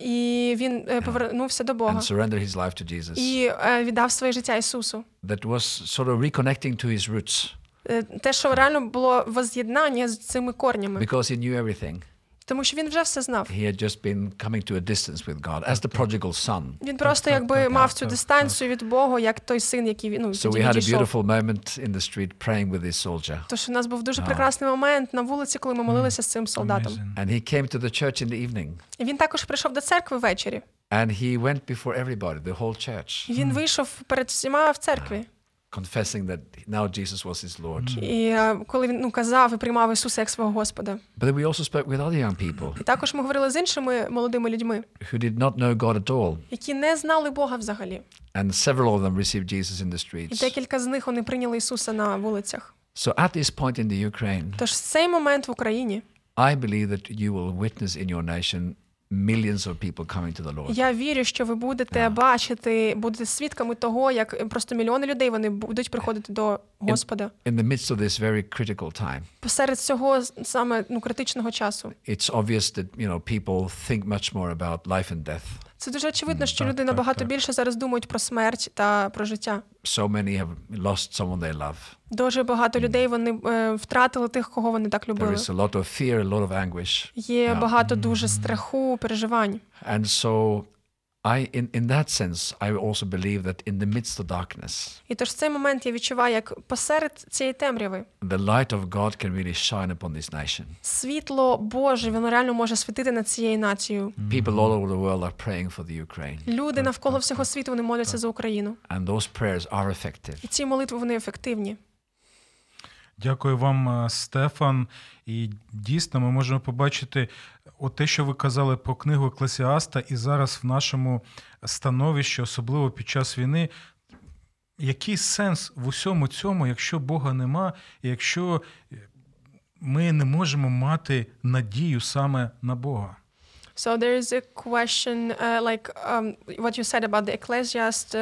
Speaker 2: І він е, повернувся до Бога
Speaker 3: and surrendered his life to Jesus.
Speaker 2: і е, віддав своє життя Ісусу.
Speaker 3: That was sort of reconnecting to his roots.
Speaker 2: е, те, що реально було воз'єднання з цими корнями,
Speaker 3: because he knew everything.
Speaker 2: тому що він вже все знав.
Speaker 3: He had just been coming to a distance with God as the prodigal son.
Speaker 2: Він просто якби мав цю дистанцію від Бога, як той син, який він ну,
Speaker 3: So we
Speaker 2: тоді
Speaker 3: had a
Speaker 2: відійшов.
Speaker 3: beautiful moment in the street praying with this soldier.
Speaker 2: Тож у нас був дуже прекрасний момент на вулиці, коли ми молилися з цим солдатом.
Speaker 3: And he came to the church in the evening
Speaker 2: І він також прийшов до церкви ввечері.
Speaker 3: and he went before everybody, the whole church,
Speaker 2: І він вийшов перед всіма в церкві.
Speaker 3: confessing that now Jesus was his Lord.
Speaker 2: І е, коли він ну казав і приймав Ісуса як свого Господа.
Speaker 3: But then we also spoke with other young people
Speaker 2: І також ми говорили з іншими молодими людьми,
Speaker 3: who did not know God at all.
Speaker 2: які не знали Бога взагалі.
Speaker 3: And several of them received Jesus in the
Speaker 2: І
Speaker 3: streets.
Speaker 2: декілька з них вони прийняли Ісуса на вулицях.
Speaker 3: So at this point in the Ukraine,
Speaker 2: Тож в цей момент в Україні
Speaker 3: I believe that you will witness in your nation millions of people coming to the Lord.
Speaker 2: я вірю, що ви будете бачити, будете свідками того, як просто мільйони людей вони будуть приходити до Господа
Speaker 3: In the midst of this very critical time,
Speaker 2: посеред цього саме ну критичного часу.
Speaker 3: it's obvious that you know people think much more about life and death.
Speaker 2: Це дуже очевидно, що люди набагато більше зараз думають про смерть та про життя.
Speaker 3: So many have lost someone they love.
Speaker 2: Дуже багато людей вони е, втратили тих, кого вони так
Speaker 3: There
Speaker 2: любили.
Speaker 3: is a lot of fear, a lot of anguish,
Speaker 2: Є багато дуже страху, переживань.
Speaker 3: and so I, in in that sense, I also believe that in the midst of darkness,
Speaker 2: І тож в цей момент я відчуваю, як посеред цієї темряви
Speaker 3: the light of God can really shine upon this nation.
Speaker 2: світло Боже, воно реально може світити над цією нацією.
Speaker 3: People all over the world are praying for the Ukraine,
Speaker 2: Люди навколо всього світу вони моляться за Україну.
Speaker 3: and those prayers are effective.
Speaker 2: І ці молитви вони ефективні.
Speaker 1: Дякую вам, е, Стефан. І дійсно, ми можемо побачити е, от те, що ви казали про книгу Еклесіаста, і зараз в нашому становищі, особливо під час війни. Який сенс в усьому цьому, якщо Бога нема, і якщо е, ми не можемо мати надію саме на Бога?
Speaker 2: So there is a question, uh, like um, what you said about the ecclesiast. Uh,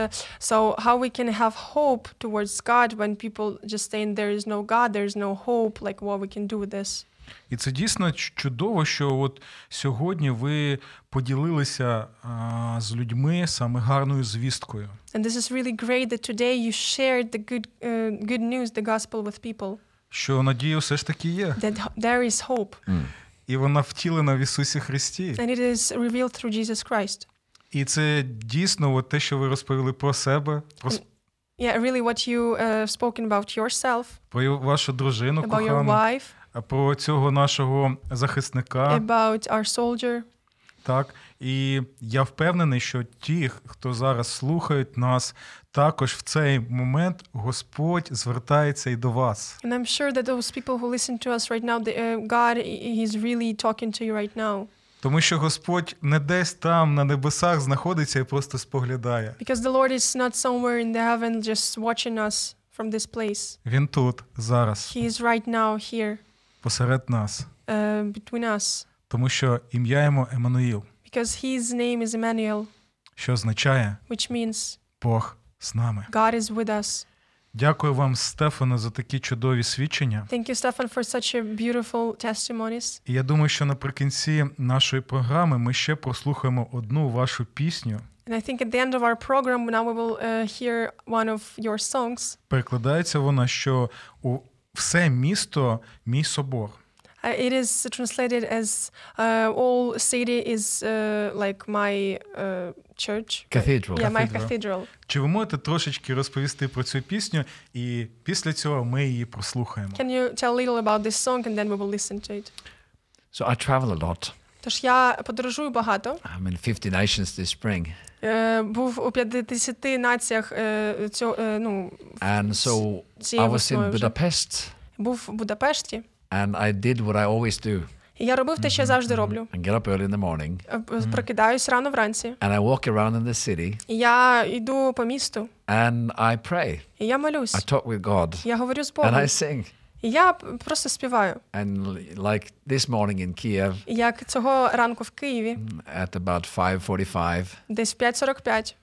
Speaker 2: so how we can have hope towards God when people just saying there is no God, there is no hope. Like what we can do with this?
Speaker 1: І це дійсно ч- чудово, що от сьогодні ви поділилися а, з людьми саме гарною звісткою.
Speaker 2: And this is really great that today you shared the good, uh, good news, the gospel with people.
Speaker 1: Що надія все ж таки є,
Speaker 2: That h- there is hope,
Speaker 1: і вона втілена в Ісусі Христі.
Speaker 2: and it is revealed through Jesus Christ.
Speaker 1: І це дійсно от те, що ви розповіли про себе, про, с-
Speaker 2: Yeah, really, what you uh, spoken about yourself,
Speaker 1: про ю- вашу дружину
Speaker 2: about your
Speaker 1: кохану,
Speaker 2: wife, Ем.
Speaker 1: а про цього нашого захисника.
Speaker 2: about our soldier.
Speaker 1: Так, і я впевнений, що ті, хто зараз слухають нас, також в цей момент Господь звертається і до вас.
Speaker 2: And I'm sure that those people who listen to us right now, the, uh, God, he- He's really talking to you right now.
Speaker 1: Тому що Господь не десь там на небесах знаходиться і просто споглядає.
Speaker 2: Because the Lord is not somewhere in the heaven just watching us from this place.
Speaker 1: Він тут, зараз,
Speaker 2: He is right now here
Speaker 1: посеред нас,
Speaker 2: uh, between us.
Speaker 1: тому що ім'я йому Еммануїл,
Speaker 2: Because His name is Emmanuel,
Speaker 1: що означає
Speaker 2: which means
Speaker 1: Бог з нами.
Speaker 2: God is with us.
Speaker 1: Дякую вам, Стефане, за такі чудові свідчення.
Speaker 2: Thank you, Stefan, for such a beautiful testimonies.
Speaker 1: І я думаю, що наприкінці нашої програми ми ще прослухаємо одну вашу пісню.
Speaker 2: And I think at the end of our program, now we will uh, hear one of your songs.
Speaker 1: Перекладається вона, що у все місто мій собор.
Speaker 2: Uh, it is translated as uh, "All city is uh, like my uh, church."
Speaker 3: Cathedral.
Speaker 2: Yeah, my
Speaker 1: Cathedral.
Speaker 2: cathedral.
Speaker 1: Чи ви можете трошечки розповісти про цю пісню, і після цього ми її прослухаємо?
Speaker 2: Can you tell a little about this song and then we will listen to it?
Speaker 3: So I travel a lot.
Speaker 2: Тож я подорожую багато.
Speaker 3: I'm in 50 nations this spring.
Speaker 2: Е, був у 50 націях е, цього, е, ну,
Speaker 3: And so
Speaker 2: see,
Speaker 3: I
Speaker 2: I
Speaker 3: was
Speaker 2: was
Speaker 3: in
Speaker 2: not-
Speaker 3: Budapest
Speaker 2: був в Будапешті.
Speaker 3: and I did what I always do
Speaker 2: І я робив те, що я завжди роблю.
Speaker 3: and get up early in the morning
Speaker 2: Е, Прокидаюсь рано вранці.
Speaker 3: and I walk around in the city
Speaker 2: І я йду по місту,
Speaker 3: and I pray.
Speaker 2: і я
Speaker 3: I
Speaker 2: молюсь.
Speaker 3: talk with God
Speaker 2: Я говорю з
Speaker 3: and
Speaker 2: Богом.
Speaker 3: I sing.
Speaker 2: І я п- просто співаю.
Speaker 3: And l- like this morning in Kiev
Speaker 2: І Як цього ранку в Києві,
Speaker 3: at about 5:45,
Speaker 2: десь в 5.45.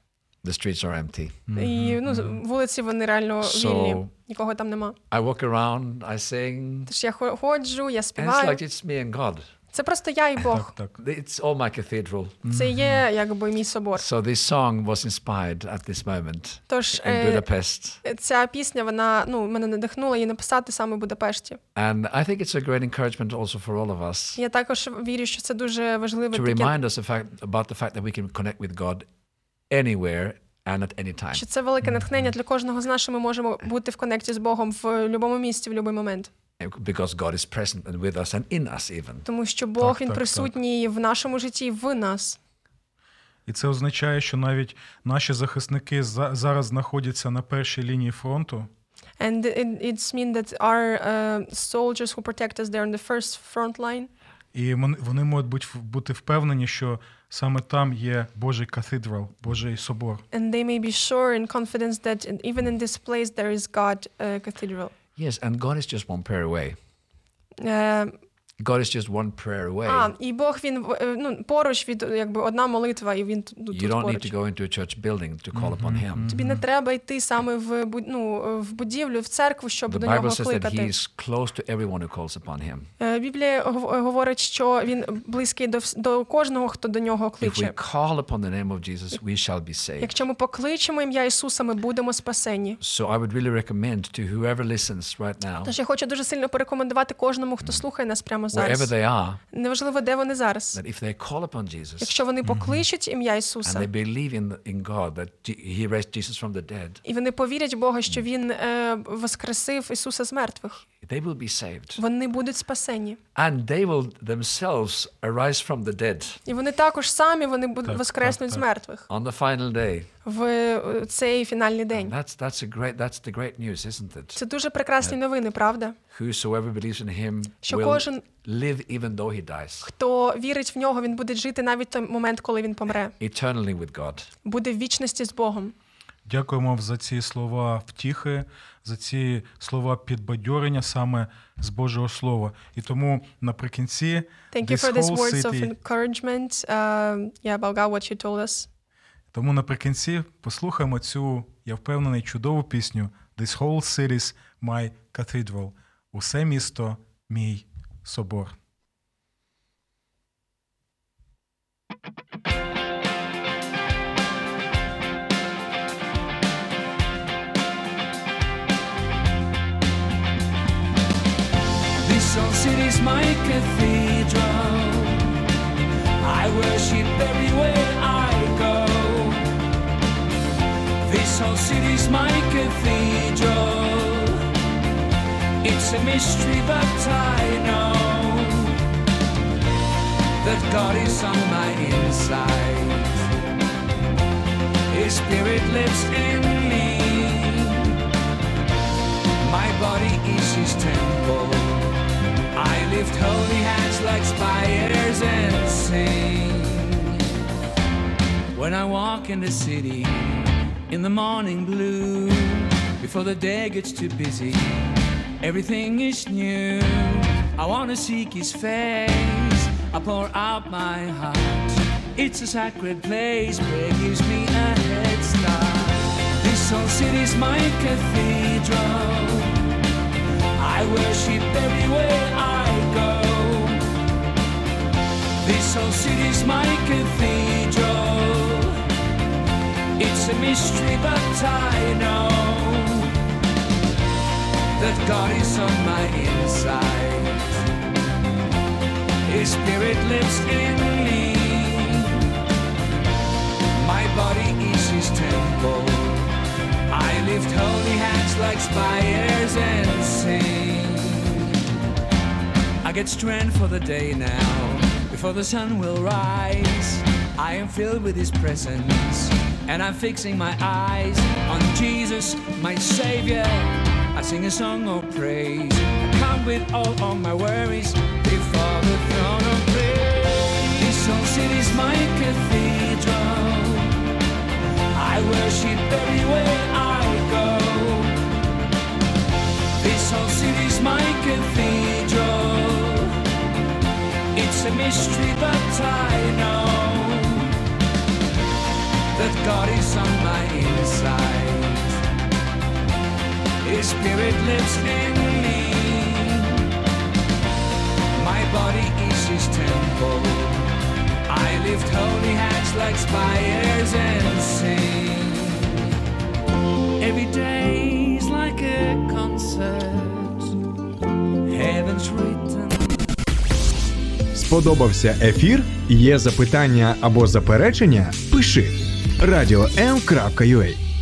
Speaker 3: the streets are empty.
Speaker 2: І ну, з- вулиці вони реально
Speaker 3: So-
Speaker 2: вільні, нікого там нема.
Speaker 3: I walk around, I sing,
Speaker 2: Тож я хо- ходжу, я
Speaker 3: and it's
Speaker 2: співаю.
Speaker 3: like it's me and God.
Speaker 2: Це просто я і Бог.
Speaker 1: Так.
Speaker 3: It's all my cathedral.
Speaker 2: Це є якби мій собор.
Speaker 3: So this song was inspired at this moment
Speaker 2: Тож
Speaker 3: in
Speaker 2: е,
Speaker 3: Budapest.
Speaker 2: ця пісня, вона ну мене надихнула її написати саме в Будапешті.
Speaker 3: And I think it's a great encouragement also for all of us
Speaker 2: Я також вірю, що це дуже важливе
Speaker 3: to
Speaker 2: таке,
Speaker 3: remind us the fact, about the fact that we can connect with God anywhere and at any time.
Speaker 2: що це велике натхнення для кожного з нас. що Ми можемо бути в конекті з Богом в будь-якому місці, в будь-який момент.
Speaker 3: Because God is present and with us and in us even.
Speaker 2: Тому що Бог
Speaker 1: Так,
Speaker 2: він
Speaker 1: так,
Speaker 2: присутній в нашому житті, в нас.
Speaker 1: І це означає, що навіть наші захисники за- зараз знаходяться на першій лінії фронту.
Speaker 2: And it, it's mean that our uh, soldiers who protect us, they're on the first front line.
Speaker 1: І мон- вони можуть бути в- бути впевнені, що саме там є Божий кафедрал, Божий собор.
Speaker 2: And they may be sure in confidence that in- even in this place there is God uh, cathedral.
Speaker 3: Yes, and God is just one prayer away.
Speaker 2: Е,
Speaker 3: God is just one prayer away.
Speaker 2: а, і Бог він в- е, ну, поруч від якби одна молитва, і він тут, ну,
Speaker 3: you
Speaker 2: тут
Speaker 3: don't need to
Speaker 2: поруч.
Speaker 3: go into a church building to call upon Him.
Speaker 2: Тобі не треба йти саме в буд- ну, е, в будівлю, в церкву, щоб
Speaker 3: The
Speaker 2: до
Speaker 3: Bible
Speaker 2: нього
Speaker 3: says that He
Speaker 2: кликати.
Speaker 3: is close to everyone who calls upon Him.
Speaker 2: Е, Біблія гов- говорить, що він близький до, вс- до кожного, хто до нього
Speaker 3: If we
Speaker 2: кличе.
Speaker 3: call upon the name of Jesus, we shall be saved.
Speaker 2: Якщо ми покличемо ім'я Ісуса, ми будемо спасені.
Speaker 3: So I would really recommend to whoever listens right now,
Speaker 2: Тож я хочу дуже сильно порекомендувати кожному, хто слухає нас прямо
Speaker 3: wherever
Speaker 2: зараз.
Speaker 3: they are,
Speaker 2: Неважливо, де вони зараз.
Speaker 3: that if they call upon Jesus
Speaker 2: Якщо вони покличуть ім'я
Speaker 3: and they
Speaker 2: Ісуса,
Speaker 3: believe in, in God that Je- He raised Jesus from the dead,
Speaker 2: і вони повірять Бога, що Він е, воскресив Ісуса з мертвих,
Speaker 3: they will be saved.
Speaker 2: вони будуть спасені.
Speaker 3: And they will themselves arise from the dead
Speaker 2: І вони також самі вони буд- воскреснуть з мертвих
Speaker 3: on the final day.
Speaker 2: в е, цей фінальний
Speaker 3: And
Speaker 2: день.
Speaker 3: That's, that's, a great, that's the great news, isn't it?
Speaker 2: Це дуже
Speaker 1: Е.
Speaker 2: прекрасні новини, правда?
Speaker 3: Whosoever believes in him
Speaker 2: Що
Speaker 3: will
Speaker 2: кожен-
Speaker 3: live even though he dies,
Speaker 2: Хто вірить в нього, він буде жити навіть той момент, коли він помре.
Speaker 3: eternally with God.
Speaker 2: Буде в вічності з Богом.
Speaker 1: Дякуємо вам за ці слова втіхи, за ці слова підбадьорення саме з Божого Слова. І тому наприкінці
Speaker 2: Thank you for these
Speaker 1: whole
Speaker 2: words of
Speaker 1: city-
Speaker 2: encouragement. Um, yeah, about God, what you told us.
Speaker 1: Тому наприкінці послухаємо цю, я впевнений, чудову пісню This Whole Series My Cathedral. Усе місто мій собор.
Speaker 5: This old city's my cathedral. I worship everywhere I go. This whole city's my cathedral. It's a mystery, but I know that God is on my inside. His spirit lives in me. My body is his temple. I lift holy hands like spires and sing. When I walk in the city in the morning blue, before the day gets too busy, everything is new. I wanna seek his face. I pour out my heart. It's a sacred place where it gives me a head start. This whole city's my cathedral. I worship everywhere I go. This whole city's my cathedral. It's a mystery, but I know that God is on my inside. His spirit lives in me. My body is his temple. I lift holy hands like spires and sing. I get strength for the day now, before the sun will rise. I am filled with His presence, and I'm fixing my eyes on Jesus, my Savior. I sing a song of praise. I come with all of my worries before the throne of grace. This whole city's my cathedral. I worship everywhere I go. This whole city's my cathedral. It's a mystery, but I know that God is on my inside. His spirit lives in me. My body is his Buddha's temple. I lift holy hands like spires and sing. Every day's like a concert. Heaven's written.
Speaker 6: Сподобався ефір? Є запитання або заперечення? Пиши радіом.ua